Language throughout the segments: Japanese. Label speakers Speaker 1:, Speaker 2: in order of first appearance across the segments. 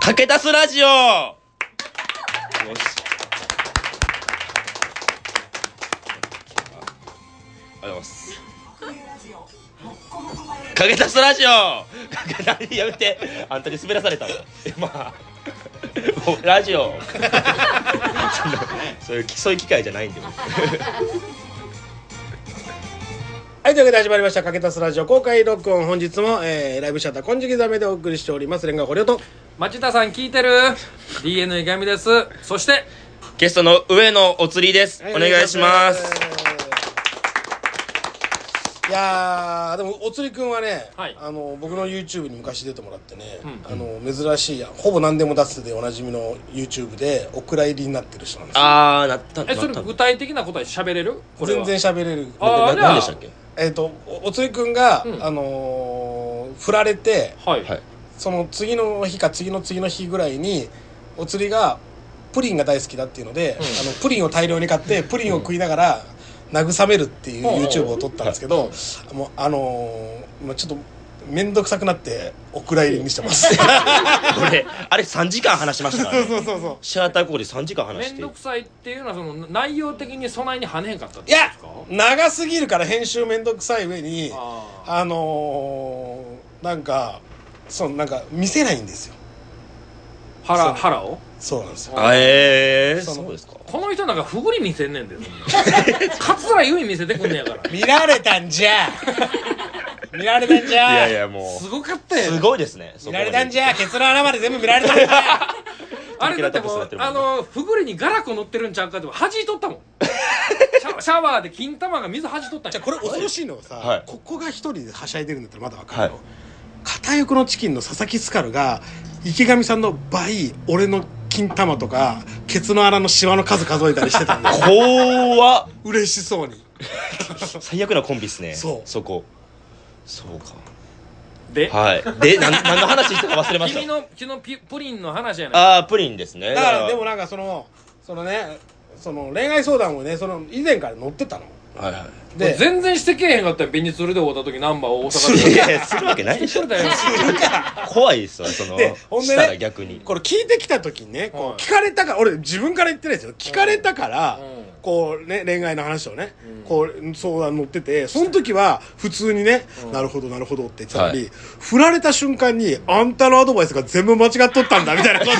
Speaker 1: 駆け出すラジオよし。ありがとうございます。駆け出すラジオ駆け出やめて。あんたに滑らされたわ。え まあ、もうラジオ。 そういうそういう機会じゃないんで。
Speaker 2: はい、というわけで始まりました、かけたすラジオ公開録音。本日も、えー、ライブシャッター、金色ざめでお送りしております。レンガ堀尾と。
Speaker 3: 町田さん聞いてる DNA ガミですそして
Speaker 1: ゲストの上野お釣りです。お願いします。。
Speaker 2: いやーでもおつりくんはね、
Speaker 3: はい
Speaker 2: あの僕の YouTube に昔出てもらってね、あの珍しいほぼ何でも出すでおなじみの YouTube でお蔵入りになってる人なんですよ
Speaker 1: あー、なったな
Speaker 3: え
Speaker 1: っ
Speaker 3: それ
Speaker 1: た。
Speaker 3: 具体的なことは喋れるこれ
Speaker 2: 全
Speaker 3: は
Speaker 2: 然喋れる
Speaker 1: な
Speaker 3: あーじゃ
Speaker 1: 何でしたっけ
Speaker 2: えっ、とおおつりくんが、
Speaker 3: うん
Speaker 2: あのー振られて
Speaker 3: はい、
Speaker 1: はい。
Speaker 2: その次の日か次の次の日ぐらいにお釣りがプリンが大好きだっていうので、あのプリンを大量に買ってプリンを食いながら慰めるっていう
Speaker 3: うん
Speaker 2: YouTube を撮ったんですけど、もうあのーもうちょっと面倒くさくなってお蔵入りにしてます
Speaker 1: これ、あれ3時間話しましたからね。
Speaker 2: そうそう
Speaker 1: シアターコーで3時間話
Speaker 3: め
Speaker 1: し
Speaker 3: ん
Speaker 1: て
Speaker 3: ど。くさいっていうのはその内容的に備えに跳ねへんかったって
Speaker 2: い
Speaker 3: こ
Speaker 2: や
Speaker 3: とですか
Speaker 2: 長すぎるから編集面倒くさい上にあ
Speaker 3: あ
Speaker 2: のーなんかそのなんか見せないんですよ
Speaker 3: ー腹
Speaker 2: そう
Speaker 3: 腹を
Speaker 2: そうなんですよ
Speaker 1: あえー、
Speaker 2: その
Speaker 1: そうですか。
Speaker 3: この人なんかふぐり見せんねんでそんな桂由美見せてくんねやから
Speaker 2: 見られたんじゃ見られたんじ
Speaker 1: い
Speaker 2: ゃ
Speaker 1: やいやも
Speaker 3: す
Speaker 1: う。
Speaker 3: ごかったやん
Speaker 1: すごいですね。
Speaker 2: 見られたんじ
Speaker 1: ゃ。
Speaker 2: ゃケツの穴まで全部見られたんじゃ
Speaker 3: あれだって
Speaker 1: 竹田タ
Speaker 3: も
Speaker 1: コスやっ
Speaker 3: う
Speaker 1: てるも
Speaker 3: あ
Speaker 1: んね
Speaker 3: のふぐりにガラコ乗ってるんちゃうかって弾いとったもんシャシャワーで金玉が水弾いとったん
Speaker 2: じ
Speaker 3: や
Speaker 2: ゃあこれ恐ろしいのはさ、
Speaker 1: はい
Speaker 2: ここが一人ではしゃいでるんだったらまだわかるよ、
Speaker 1: はい
Speaker 2: 片翼のチキンの佐々木スカルが池上さんの倍俺の金玉とかケツの穴のシワの数数えたりしてたんで
Speaker 1: 怖っ
Speaker 2: 嬉しそうに
Speaker 1: 最悪なコンビですね。
Speaker 2: そう
Speaker 1: そこ。そうか。
Speaker 3: で、
Speaker 1: はい。で、なん何の話したか忘れま
Speaker 3: 君
Speaker 1: した。
Speaker 3: の君のピプリンの話やない
Speaker 1: あー、プリンですね。
Speaker 2: だからでもなんかそのそのねその恋愛相談をねその以前から乗ってたの
Speaker 1: はいはい。
Speaker 2: で
Speaker 3: 全然してけえへんかったよ便利ツールで会うた時ナンバー大阪
Speaker 1: い
Speaker 3: で
Speaker 1: やいや、するわけないで しょ。怖いですわ、その、
Speaker 2: でほん
Speaker 1: し
Speaker 2: で
Speaker 1: たら
Speaker 2: ね
Speaker 1: 逆に。
Speaker 2: これ聞いてきた時にね、こう
Speaker 3: はい
Speaker 2: 聞かれたから俺自分から言ってないですよ聞かれたから、
Speaker 3: うん
Speaker 2: こうね恋愛の話をね、こう相談乗っててその時は普通にね、なるほどなるほどって言ってたのに、
Speaker 1: は
Speaker 2: 振られた瞬間にあんたのアドバイスが全部間違っとったんだみたいなことを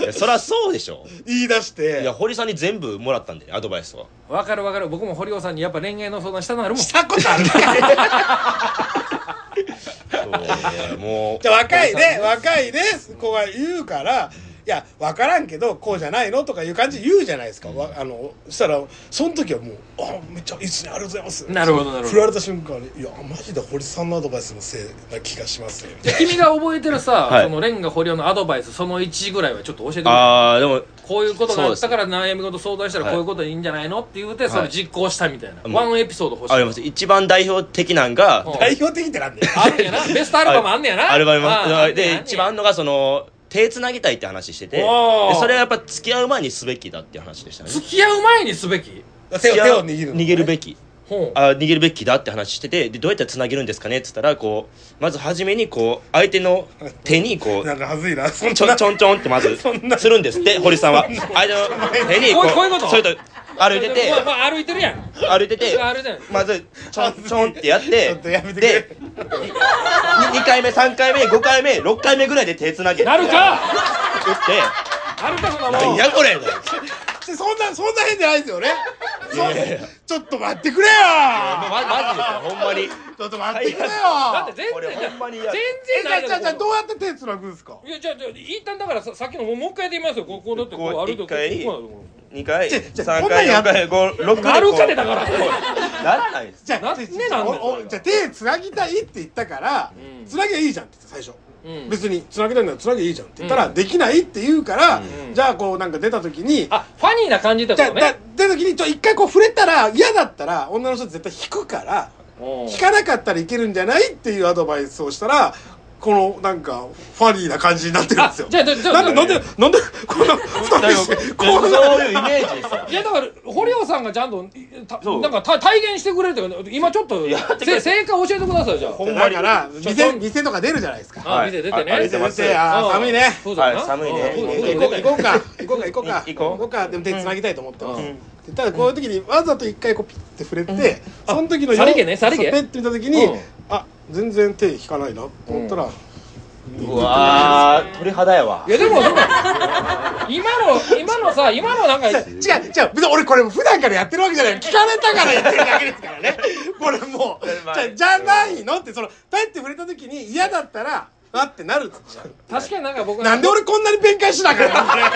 Speaker 1: いやそりゃそうでしょ。
Speaker 2: 言い出し
Speaker 1: いや、
Speaker 2: て
Speaker 1: 堀さんに全部もらったんで、アドバイスは。
Speaker 3: わかるわかる僕も堀尾さんにやっぱ恋愛の相談したなるもん
Speaker 2: したことあるね
Speaker 1: そうねもう。
Speaker 2: じゃあ若いね若いね子が言うからいや分からんけどこうじゃないのとかいう感じで言うじゃないですか、わあのそしたらその時はもう「あめっちゃいいっすねありがとうございます」
Speaker 3: なるほどなるほ
Speaker 2: 振ら
Speaker 3: ど
Speaker 2: れた瞬間に「いやマジで堀さんのアドバイスのせいな気がしますね」
Speaker 3: 君が覚えてるさ、
Speaker 1: はい
Speaker 3: そのレンガ堀尾のアドバイスその1ぐらいはちょっと教えてくれ
Speaker 1: あー、でも、
Speaker 3: こういうことがあったから悩み事相談したら
Speaker 1: はい
Speaker 3: こういうことでいいんじゃないのって言うて
Speaker 1: い
Speaker 3: それ実行したみたいな、
Speaker 1: うん
Speaker 3: ワンエピソード欲しい
Speaker 1: あります。一番代表的なんが、
Speaker 3: うん
Speaker 2: 代表的ってなんだよ
Speaker 3: あるんやなベストアルバムあんねやな
Speaker 1: アルバム
Speaker 3: あああんねや
Speaker 1: で
Speaker 3: あんねや
Speaker 1: 一番あんのがその手つなぎたいって話しててで
Speaker 3: おー
Speaker 1: それはやっぱ付き合う前にすべきだっていう話でしたね
Speaker 3: 付き合う前にすべき
Speaker 2: 手を
Speaker 1: 付き合
Speaker 2: 手を
Speaker 1: う
Speaker 2: 握るの
Speaker 1: 逃げるべき
Speaker 3: ほう
Speaker 1: あ逃げるべきだって話しててでどうやってつなげるんですかねっつったらこうまず初めにこう相手の手にこ
Speaker 2: な
Speaker 1: うん
Speaker 2: かはずいなそん
Speaker 1: ちょん
Speaker 2: な
Speaker 1: ちょんちょんってまず
Speaker 2: そんな
Speaker 1: するんですって堀さんは相手の手にこう
Speaker 3: こうこういうこと
Speaker 1: それと歩いてて
Speaker 3: まあまあ歩いてるやん
Speaker 1: 歩いてて
Speaker 3: 歩いてる
Speaker 1: まずちょんちょんってやって
Speaker 2: ちょっとやめてくれ
Speaker 1: で2回目3回目5回目6回目ぐらいで手つなげ
Speaker 3: なるか
Speaker 1: 打って
Speaker 3: なるかそんなも
Speaker 1: 何
Speaker 3: ん
Speaker 1: やこれ
Speaker 2: そんなそんな変じゃないですよね
Speaker 1: いやいやいや
Speaker 2: ちょっと待ってくれよ
Speaker 1: ま、マジですよほんまに
Speaker 2: ちょっと待ってくれよ
Speaker 3: だって全
Speaker 1: これ
Speaker 3: 然
Speaker 1: ほんまに
Speaker 3: 全
Speaker 1: や
Speaker 2: え
Speaker 3: 然
Speaker 2: じ
Speaker 3: な
Speaker 2: ゃあ
Speaker 3: い
Speaker 2: じゃあじゃあどうやって手つなぐんですか
Speaker 3: いやじゃあじゃあ一旦だからささっきのもうもう一回やってみますよここだってこう
Speaker 1: こ
Speaker 3: 歩
Speaker 1: う
Speaker 3: いてこう
Speaker 1: 一回
Speaker 3: こうなるとこ
Speaker 1: 2回
Speaker 2: ちょちょ
Speaker 1: 3
Speaker 2: こんなん
Speaker 1: 回
Speaker 2: や
Speaker 1: 4回56
Speaker 3: ろな
Speaker 1: 回
Speaker 3: るかでだから
Speaker 1: ならないです
Speaker 2: じゃあ
Speaker 3: な
Speaker 2: じゃあ
Speaker 3: ね
Speaker 2: じゃあ
Speaker 3: なんで
Speaker 2: おおじゃあ手つなぎたいって言ったから
Speaker 3: うん
Speaker 2: つなぎゃいいじゃんって言って最初
Speaker 3: うん
Speaker 2: 別につなぎたいならつなぎゃいいじゃんって言ったら
Speaker 3: うん
Speaker 2: できないって言うから
Speaker 3: ん
Speaker 2: じゃあこうなんか出た時に
Speaker 3: あファニーな感じだっ
Speaker 2: じゃ
Speaker 3: た
Speaker 2: あ
Speaker 3: の
Speaker 2: だ
Speaker 3: ね
Speaker 2: 出た時にちょ一回こう触れたら嫌だったら女の人絶対引くから
Speaker 3: うん
Speaker 2: 引かなかったらいけるんじゃないっていうアドバイスをしたらこのなんかファニーな感じになってるんですよ
Speaker 3: あじゃあじゃあじゃあ
Speaker 2: なんでなんでなんでこ の二人
Speaker 1: そう
Speaker 2: してこうな
Speaker 1: そういうイメージですよ
Speaker 3: いやだから堀尾さんがちゃんとた
Speaker 1: そう
Speaker 3: なんかた体現してくれるってこと今ちょっと
Speaker 1: やってく
Speaker 3: せ
Speaker 1: れ
Speaker 3: 正解教えてくださいじゃあ
Speaker 2: ほんまだから
Speaker 3: ちょっ
Speaker 2: 店
Speaker 3: と
Speaker 2: 店とか出るじゃないですか
Speaker 3: あ
Speaker 1: はい
Speaker 3: 見て出てね
Speaker 1: あ出
Speaker 2: 出て
Speaker 1: て
Speaker 2: 出
Speaker 1: ます
Speaker 2: てあー寒いね
Speaker 3: そうだよな
Speaker 1: はい寒いね
Speaker 3: うん
Speaker 1: 行
Speaker 2: 行こう行こうか行こうか行こうか
Speaker 1: 行こう
Speaker 2: 行こうかでも手つなぎたいと思ってます
Speaker 3: うん
Speaker 2: でただこういう時にわざと一回こうピッて触れてその時の
Speaker 3: あさりげねさり
Speaker 2: そ
Speaker 3: げ
Speaker 2: うペッて見た時に
Speaker 3: うん
Speaker 2: あ全然手引かないなと思ったら
Speaker 1: うわー鳥肌やわ
Speaker 3: いやでもでも今の今のさ今のなんか
Speaker 2: 違う違う別に俺これ普段からやってるわけじゃない聞かれたから言ってるだけですからねこれも うじゃじゃないのってそのだって触れた時に嫌だったらあってなるっつっちゃう
Speaker 3: 確かになんか僕
Speaker 2: なんで俺こんなに弁解しなかっ たんだよ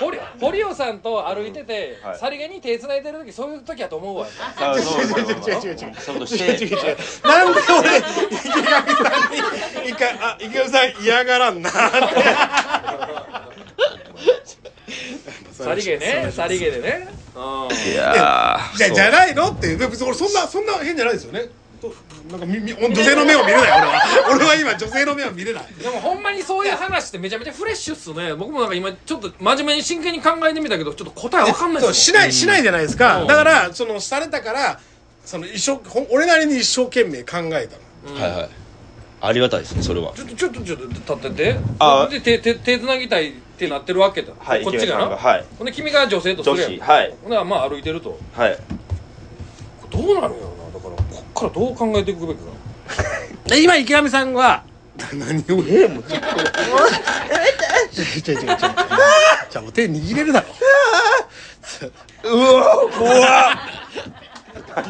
Speaker 3: 堀堀尾さんと歩いてて、
Speaker 1: うんはい
Speaker 3: さりげに手繋いでる時そういう時やと思うわ
Speaker 1: そう
Speaker 2: 違う
Speaker 1: そうそう
Speaker 2: 違う違う違う違う
Speaker 1: そういうこと
Speaker 2: 違
Speaker 1: し
Speaker 2: う
Speaker 1: て
Speaker 2: 違う違うなんで俺池上さんに一回あ池上さん嫌がらんなって
Speaker 3: さりげねさりげでねうん
Speaker 1: いやー
Speaker 2: じゃじゃないのって別に俺そんなそんな変じゃないですよねとなんかみみ女性の目を見れない俺は俺は今女性の目を見れない
Speaker 3: でもほんまにそういう話ってめちゃめちゃフレッシュっすね僕もなんか今ちょっと真面目に真剣に考えてみたけどちょっと答えわかんない
Speaker 2: そう
Speaker 3: っす
Speaker 2: しないしないじゃないですか、
Speaker 3: うん
Speaker 2: だからそのされたからその一生ほん俺なりに一生懸命考えたの
Speaker 1: はいはいありがたいですねそれは
Speaker 3: もんちょっとちょっとちょっと立ってて
Speaker 1: あ
Speaker 3: で手手手つなぎたいってなってるわけだ、
Speaker 1: はい
Speaker 3: こっ
Speaker 1: 池
Speaker 3: ちがな
Speaker 1: 上さんがはい
Speaker 3: ほんで君が女性とす
Speaker 1: 女
Speaker 3: るやん
Speaker 1: 子はい
Speaker 3: ほんならまあ歩いてると
Speaker 1: はい
Speaker 3: どうなるんやろなだからこっからどう考えていくべきかな今池上さんは
Speaker 2: 何をええもうちょっとちょいちょいちょいちょいちょいじゃあもう手握れるだろ
Speaker 1: うわ怖っ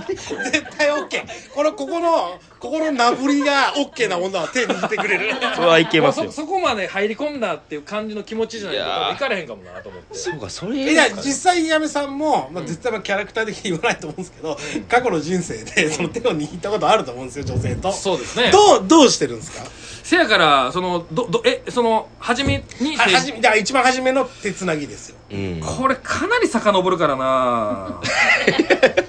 Speaker 2: 絶対 OK このここのここのなぶりが OK な女は手握ってくれる
Speaker 1: それはいけます
Speaker 3: そ
Speaker 1: よ
Speaker 3: そこまで入り込んだっていう感じの気持ちじゃないと
Speaker 1: い
Speaker 3: 多
Speaker 1: やー
Speaker 3: 分いかれへんかもなと思って
Speaker 1: そうかそ
Speaker 2: え
Speaker 1: れ
Speaker 2: いや実際やめさんも、まあ、絶対まあキャラクター的に言わないと思うんですけど、過去の人生でその手を握ったことあると思うんですよ女性と
Speaker 3: そうですね
Speaker 2: どうどうしてるんですか
Speaker 3: せやからそのどどえその初めに
Speaker 2: はじめだから一番初めの手つなぎですよ
Speaker 1: うん
Speaker 3: これかなり遡るからな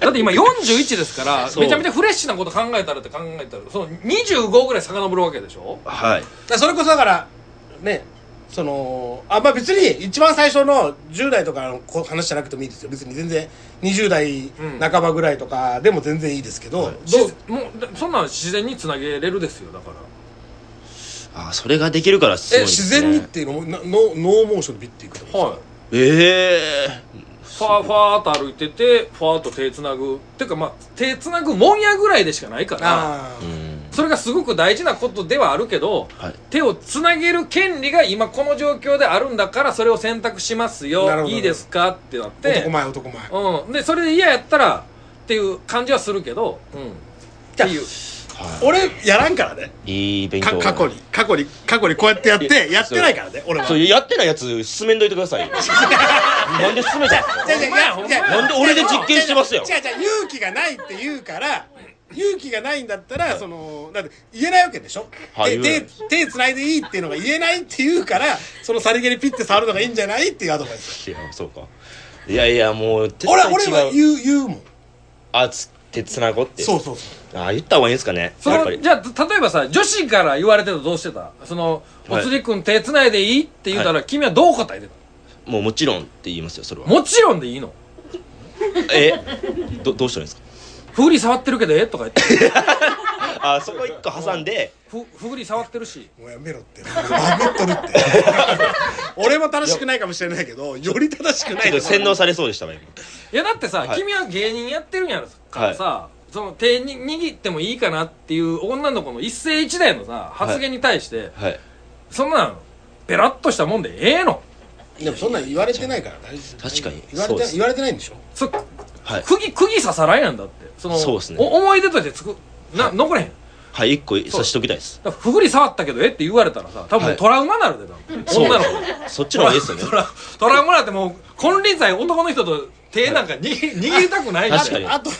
Speaker 3: だって今41ですから
Speaker 1: そう
Speaker 3: めちゃめちゃフレッシュなこと考えたらって考えたらその25ぐらい遡るわけでしょ
Speaker 1: はい
Speaker 2: だからそれこそだからねそのあまあ別に一番最初の10代とかのこ話じゃなくてもいいですよ別に全然20代
Speaker 3: うん
Speaker 2: 半ばぐらいとかでも全然いいですけど、ど
Speaker 3: ど
Speaker 2: う
Speaker 3: うもうだそんなん自然につなげれるですよだから
Speaker 1: あそれができるからすごい
Speaker 2: え
Speaker 1: です
Speaker 2: 自
Speaker 1: ね
Speaker 2: 然にっていうのもなノーノーモーションでビッていくと
Speaker 3: はい
Speaker 1: ええ
Speaker 3: ファーファーっと歩いててファーっと手つなぐていうかまあ手つなぐもんやぐらいでしかないから
Speaker 2: あ
Speaker 1: う
Speaker 2: ー
Speaker 1: ん
Speaker 3: それがすごく大事なことではあるけど
Speaker 1: はい
Speaker 3: 手をつなげる権利が今この状況であるんだからそれを選択します
Speaker 2: なるほ
Speaker 3: よ
Speaker 2: ど
Speaker 3: いいですかってなって
Speaker 2: 男前男前
Speaker 3: うん、でそれで嫌やったらっていう感じはするけど、うん、っていう
Speaker 1: は
Speaker 2: 俺やらんからね
Speaker 1: いいい勉
Speaker 2: か
Speaker 1: 強
Speaker 2: 過去に過去に過去にこうやってやってやってないからね俺は
Speaker 1: そうやってないやつ進めんどいてくださいよなんで進めたんですか
Speaker 2: じゃじゃじゃ
Speaker 3: ほんまやほん
Speaker 2: じ
Speaker 3: ま
Speaker 2: ゃ
Speaker 3: や
Speaker 1: なんで俺で実験してますよ
Speaker 2: じゃじゃ勇気がないって言うから勇気がないんだったらそのだって言えないわけでしょ、
Speaker 1: はい言え
Speaker 2: 手
Speaker 1: ない
Speaker 2: 手手つないでいいっていうのが言えないって言うからそのさりげにピッて触るのがいいんじゃないっていうアドバイ ス
Speaker 1: いやそうかいやいやもう絶
Speaker 2: 俺
Speaker 1: 対
Speaker 2: は俺は
Speaker 1: 違う
Speaker 2: 言う言うもん
Speaker 1: あつ手つなごうって
Speaker 2: そうそうそう
Speaker 1: あ言った方がいいんですかね
Speaker 3: そ
Speaker 1: やっぱ
Speaker 3: の
Speaker 1: り
Speaker 3: じゃあ例えばさ女子から言われてたらどうしてたその「
Speaker 1: はい
Speaker 3: おつり君手つないでいい?」って言うたら、君はどう答えてた
Speaker 1: もうもちろんって言いますよそれは
Speaker 3: もちろんでいいの
Speaker 1: えどどうしたらいいんですか
Speaker 3: ふり触ってるけどえとか言って
Speaker 1: あそこ一個挟んで
Speaker 3: ふふり触ってるし
Speaker 2: もうやめろってバグっとる って俺も正しくないかもしれないけどより正しくな
Speaker 1: ちょ
Speaker 2: い
Speaker 1: っと洗脳されそうでしたわ今
Speaker 3: いやだってさ、
Speaker 1: はい
Speaker 3: 君は芸人やってるんやろからさ、その手に握ってもいいかなっていう女の子の一世一代のさ発言に対して、
Speaker 1: はい
Speaker 3: そんなんペラッとしたもんでええの
Speaker 2: でもそんなん言われてないから大丈夫
Speaker 1: 確かに
Speaker 2: 言われ
Speaker 1: そうで
Speaker 2: て
Speaker 1: す
Speaker 2: 言われてないんでしょ
Speaker 3: そ
Speaker 1: はい
Speaker 3: 釘釘刺さらんやんだってその
Speaker 1: そうっすね
Speaker 3: お思い出としてつくな残れへん
Speaker 1: はい一個さしときたいです
Speaker 3: だからふぐり触ったけどえって言われたらさ多
Speaker 1: は
Speaker 3: 分
Speaker 1: い
Speaker 3: トラウマになるで、多
Speaker 1: そう
Speaker 3: 分女の子
Speaker 1: そっちの方がいいですよね
Speaker 3: トラトラウマなんてもう金輪際男の人と手なんかに、握りたくないみたいな
Speaker 1: 確かに
Speaker 2: あと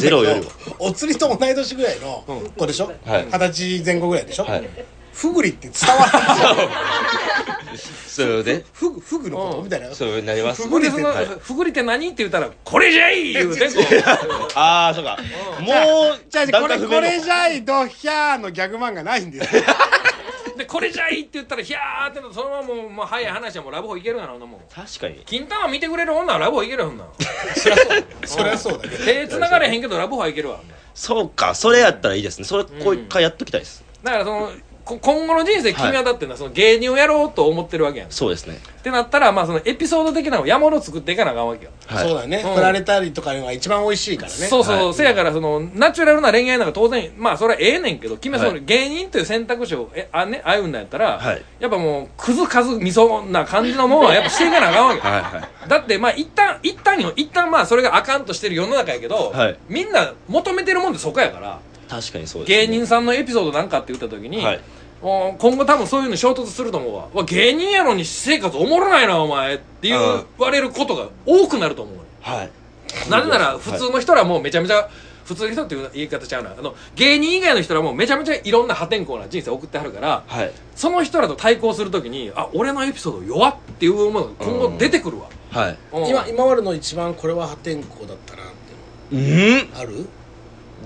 Speaker 1: ゼロよりは
Speaker 2: お釣りと同い年ぐらいの子でしょ
Speaker 1: はい
Speaker 2: 二十歳前後ぐらいでしょ
Speaker 1: はい
Speaker 2: ふぐりって伝わらない
Speaker 1: そうね
Speaker 2: ふぐふぐのことみたいな
Speaker 1: そうなります
Speaker 2: ふ
Speaker 3: ほ
Speaker 2: ぐ
Speaker 3: ん
Speaker 2: り
Speaker 3: で
Speaker 2: て
Speaker 3: その
Speaker 1: はい
Speaker 3: 「ふぐりって何?」って言ったら「これじゃい!」言うてこう
Speaker 1: ああそうかもう
Speaker 2: じゃあ
Speaker 1: 段階踏
Speaker 2: これ
Speaker 1: めんの
Speaker 2: これじゃいドヒャーのギャグ漫画ないん ですよ
Speaker 3: で「これじゃい!」って言ったら「ひゃー」ってそのままもうもう早い話はもうラブホいけるがなほんなもん
Speaker 1: 確かに
Speaker 3: 金玉見てくれる女はラブホいけるよほんなん
Speaker 2: そりゃそうだけど
Speaker 3: 手繋がれへんけどラブホはいけるわ
Speaker 1: そうかそれやったらいいですねそれこう一回やっときたいです
Speaker 3: だからそのこ今後の人生君はだってなその芸人をやろうと思ってるわけやんっ
Speaker 1: そうですね
Speaker 3: てなったらまあそのエピソード的なのを山ほど作っていかなあかんわけよ
Speaker 1: はい
Speaker 2: そうだね
Speaker 3: うん
Speaker 2: 振られたりとかいうのが一番美味しいからね
Speaker 3: そうそう、
Speaker 1: はい
Speaker 3: せやからそのナチュラルな恋愛なんか当然まあそれはええねんけど君はその、
Speaker 1: はい
Speaker 3: 芸人という選択肢をえあ、ね、歩んだんやったら、
Speaker 1: はい
Speaker 3: やっぱもうクズカズみそな感じのものはやっぱしていかなあかんわけ、
Speaker 1: はいはい
Speaker 3: だってまあ一旦一旦よ一旦まあそれがあかんとしてる世の中やけど、
Speaker 1: はい
Speaker 3: みんな求めてるもんってそこやから
Speaker 1: 確かにそうですね
Speaker 3: 芸人さんのエピソードなんかって言った時に、
Speaker 1: はい
Speaker 3: もう今後多分そういうの衝突すると思うわわ芸人やのに私生活おもろないなお前っていう
Speaker 1: うん
Speaker 3: 言われることが多くなると思うよ
Speaker 1: はい
Speaker 3: なぜなら普通の人らもうめちゃめちゃ普通の人っていう言い方ちゃうなあの芸人以外の人らもうめちゃめちゃいろんな破天荒な人生送ってはるから
Speaker 1: はい
Speaker 3: その人らと対抗するときにあ俺のエピソード弱っていうものが今後出てくるわ、
Speaker 1: はい
Speaker 3: うん
Speaker 2: 今今までの一番これは破天荒だったなって
Speaker 1: うん
Speaker 2: ある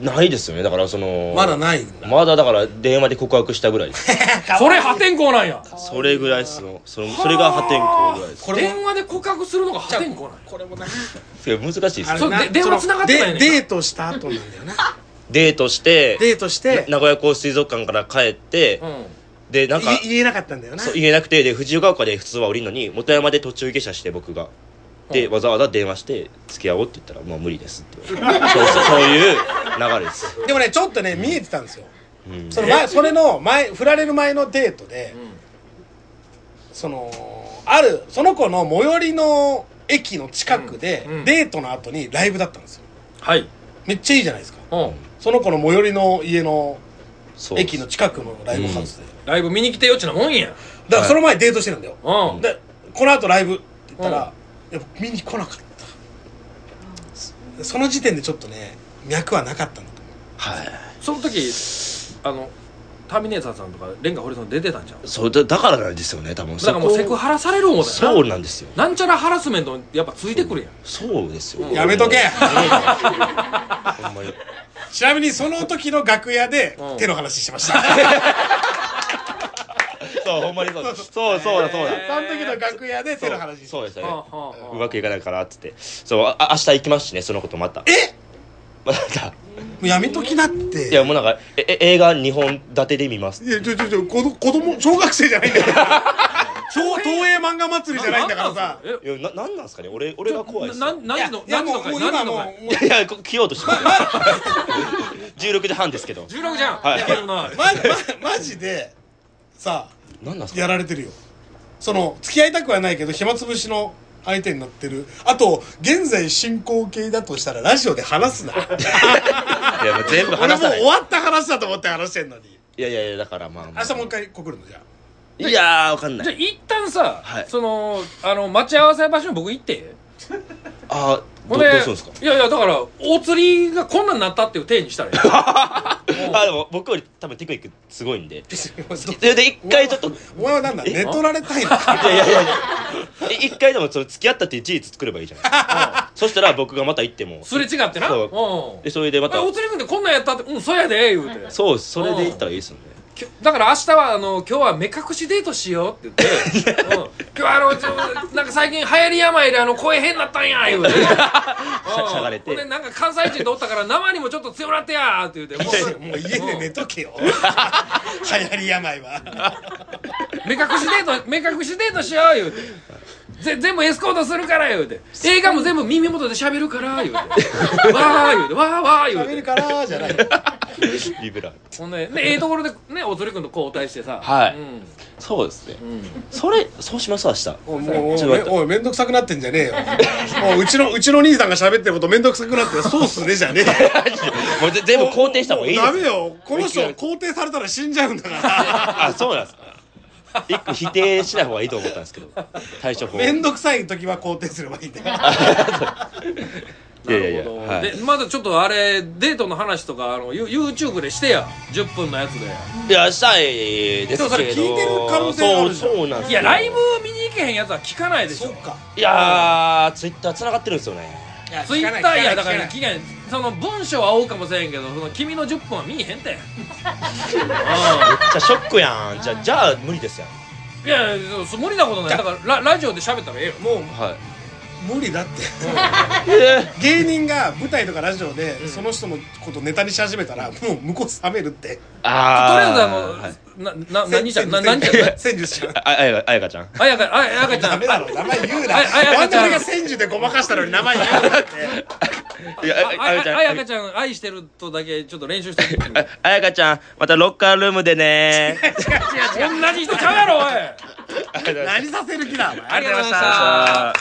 Speaker 1: ないですよねだからその
Speaker 2: まだないんだ
Speaker 1: まだだから電話で告白したぐらいです
Speaker 3: それ破天荒なんや
Speaker 1: それぐらいですのそのそれが破天荒ぐらいです
Speaker 2: これも
Speaker 3: 電話で告白するのが破天荒なんや
Speaker 2: これもな
Speaker 1: それ難しいです
Speaker 2: あ
Speaker 1: ね
Speaker 2: れ
Speaker 3: そう
Speaker 2: な
Speaker 3: で電話繋がってないねん
Speaker 2: でデートした後なん だよな
Speaker 1: デートして
Speaker 2: デートして
Speaker 1: 名古屋港水族館から帰って
Speaker 3: うん
Speaker 1: でなんか
Speaker 2: い言えなかったんだよな
Speaker 1: そう言えなくてで藤岡岡で普通は降りるのに元山で途中下車して僕がでわざわざ電話して「付き合おう」って言ったら「もう無理です」って言われてそうそうそういう流れです、
Speaker 2: でもねちょっとね見えてたんですよ
Speaker 1: うん
Speaker 2: その前それの前振られる前のデートで、
Speaker 3: ん
Speaker 2: そのあるその子の最寄りの駅の近くで、
Speaker 3: うんうん
Speaker 2: デートの後にライブだったんですよ
Speaker 3: はい
Speaker 2: めっちゃいいじゃないですか
Speaker 3: うん
Speaker 2: その子の最寄りの家の
Speaker 1: そう
Speaker 2: 駅の近くのライブハウスで、
Speaker 3: ライブ見に来てよっちゅうなもんや
Speaker 2: だからその前にデートしてるんだよ、
Speaker 3: うん
Speaker 2: でこの後ライブって言ったら、やっぱ見に来なかったその時点でちょっとね脈はなかったんだと思
Speaker 1: はい
Speaker 3: その時あのターミネーターさんとかレンガ堀さん出てたんじゃんだ
Speaker 1: そうだだからなんですよね多分
Speaker 3: からもうセクハラされる思うだ
Speaker 1: そ
Speaker 3: よ
Speaker 1: うなんですよ
Speaker 3: ななんちゃらハラスメントやっぱついてくるやん
Speaker 1: そうですよ
Speaker 2: うやめとけ
Speaker 1: ほんまに
Speaker 2: ちなみにその時の楽屋で
Speaker 3: うん
Speaker 2: 手の話してました、
Speaker 1: そうほんまにそうですそうそうだそうだ
Speaker 3: へ
Speaker 2: その時の楽屋で手の話してました
Speaker 1: そうです
Speaker 3: は
Speaker 1: よ
Speaker 3: あはあ
Speaker 1: ね
Speaker 3: はあ
Speaker 1: うまくいかないからっつってそうあ明日行きますしねそのことまた
Speaker 2: え
Speaker 1: また
Speaker 2: もうやめときなって
Speaker 1: いやもうなんかええ映画2本立てで見ます
Speaker 2: いやちょちょちょ子ど子供小学生じゃないんだから 超東映漫画祭りじゃないんだからさ
Speaker 3: え
Speaker 1: いやななんなんすかね俺俺が怖いです
Speaker 3: なな何の
Speaker 2: いや
Speaker 3: 何
Speaker 2: も
Speaker 3: の
Speaker 2: うも
Speaker 3: 会
Speaker 2: う
Speaker 3: 何
Speaker 2: 今
Speaker 3: の
Speaker 2: もう
Speaker 3: 会
Speaker 2: も
Speaker 1: いやいやこ着ようとしてます16時半ですけど
Speaker 3: 16じゃん、
Speaker 1: はい
Speaker 3: いやでもな
Speaker 2: うままマジでさ
Speaker 1: 何なんす
Speaker 2: や
Speaker 1: から
Speaker 2: れてるよその付き合いたくはないけど暇つぶしの相手になってるあと現在進行形だとしたらラジオで話すな
Speaker 1: いやもう全部
Speaker 2: 俺もう
Speaker 1: 話さない
Speaker 2: 終わった話だと思って話してんのに
Speaker 1: いやいやいやだからまあまあ
Speaker 2: 明日もう一回告るのじゃあ
Speaker 1: いやーわかんな
Speaker 3: じゃあ
Speaker 1: い
Speaker 3: 一旦さ、
Speaker 1: はい
Speaker 3: そのあの待ち合わせ場所に僕行って
Speaker 1: あーど
Speaker 3: ん
Speaker 1: どうするんですか
Speaker 3: いやいやだからお釣りがこんなんなったっていう体にしたらいい
Speaker 1: あでも僕より多分テクニックすごいんで
Speaker 2: ど
Speaker 1: それで一回ちょっとい
Speaker 2: お前はなんだ
Speaker 1: え
Speaker 2: 寝取られたいのか
Speaker 1: やいやいやいやえ一回でもその付き合ったっていう事実作ればいいじゃないそしたら僕がまた行っても
Speaker 3: すれ違ってな
Speaker 1: そ
Speaker 3: うん
Speaker 1: でそれでまた
Speaker 3: あお釣り君ってこんなんやったってうんそうやで言うて
Speaker 1: そうそれで行ったらいいですよね
Speaker 3: きょだから明日はあの今日は目隠しデートしようって言って、 うん、今日はあのちょなんか最近流行り病であの声変になったんや 言うてし
Speaker 1: しゃがれて
Speaker 3: でなんか関西人とおったから生にもちょっと強なってやって言うてもう
Speaker 2: もう家で寝とけよ流行り病は
Speaker 3: 目隠しデート目隠しデートしよう言うてぜ全部エスコートするから言うて映画も全部耳元で喋るから言うてわー言うてわーわー言
Speaker 2: 食べる
Speaker 3: うて
Speaker 2: からじゃない
Speaker 1: リベラル
Speaker 3: ほんでねええところでねおつり君と交代してさ
Speaker 1: はい
Speaker 3: うん
Speaker 1: そうですね
Speaker 3: うん
Speaker 1: それそうします明日
Speaker 2: おいもうおい
Speaker 1: ちょっと待って
Speaker 2: めおいめんどくさくなってんじゃねえよもううちのうちの兄さんが喋ってることめんどくさくなってそうっすねじゃねえよ
Speaker 1: もうぜ全部肯定した方がいいです
Speaker 2: もうダメよこの人肯定されたら死んじゃうんだから
Speaker 1: あそうなんですか一個否定しない方がいいと思ったんですけど対処法
Speaker 2: めんどくさい時は肯定すればいいんだよ
Speaker 1: いやいやい
Speaker 3: な
Speaker 1: や
Speaker 3: るほど、
Speaker 1: はい
Speaker 3: でまだちょっとあれデートの話とかあのユ YouTube でしてや10分のやつで
Speaker 1: いやしたいですけど
Speaker 2: でもそれ聞いてる可能性あるじゃん
Speaker 1: そうそうなんです
Speaker 3: い
Speaker 1: よ
Speaker 3: やライブ見に行けへんやつは聞かないでし
Speaker 2: そ
Speaker 3: ょ
Speaker 2: っか
Speaker 1: いやーツイッター繋がってるんですよね
Speaker 2: いや
Speaker 3: ツイ
Speaker 2: 聞か
Speaker 3: ッ
Speaker 2: ない
Speaker 3: ターやだか
Speaker 2: 聞
Speaker 3: ら
Speaker 2: ない
Speaker 3: 期限その文章は追うかもしれんけどその君の10分は見にへんてう
Speaker 1: じゃあショックやんじゃあじゃあ無理ですやん
Speaker 3: んいやいやそう無理なことないだからララジオで喋ったらええよ
Speaker 2: もう
Speaker 1: はい
Speaker 2: 無理だって
Speaker 1: え
Speaker 2: 芸人が舞台とかラジオでその人のことネタにし始めたらもう向こう冷めるって
Speaker 1: ーあ
Speaker 3: とりあ
Speaker 1: は
Speaker 3: え
Speaker 1: い
Speaker 3: ずあの、なな何ちゃんな何ちゃん
Speaker 2: 千住ちゃん
Speaker 1: ああやあやかちゃん
Speaker 3: あやかあやかちゃ
Speaker 2: ダ
Speaker 3: ん
Speaker 2: メだろ名前言うな
Speaker 3: ああや
Speaker 2: な
Speaker 3: か
Speaker 2: ん
Speaker 3: ち
Speaker 2: で
Speaker 3: ゃん
Speaker 2: 俺が千住でごまかしたのに名前言うなって
Speaker 1: いや
Speaker 3: あああやか
Speaker 1: ち
Speaker 3: ちゃん愛してるとだけちょっと練習してみて
Speaker 1: ゃんあやかちゃんまたロッカールームでね
Speaker 3: 同じ人ちゃうやろおい
Speaker 2: 何させる気だお前
Speaker 3: ありがとうございました
Speaker 1: あ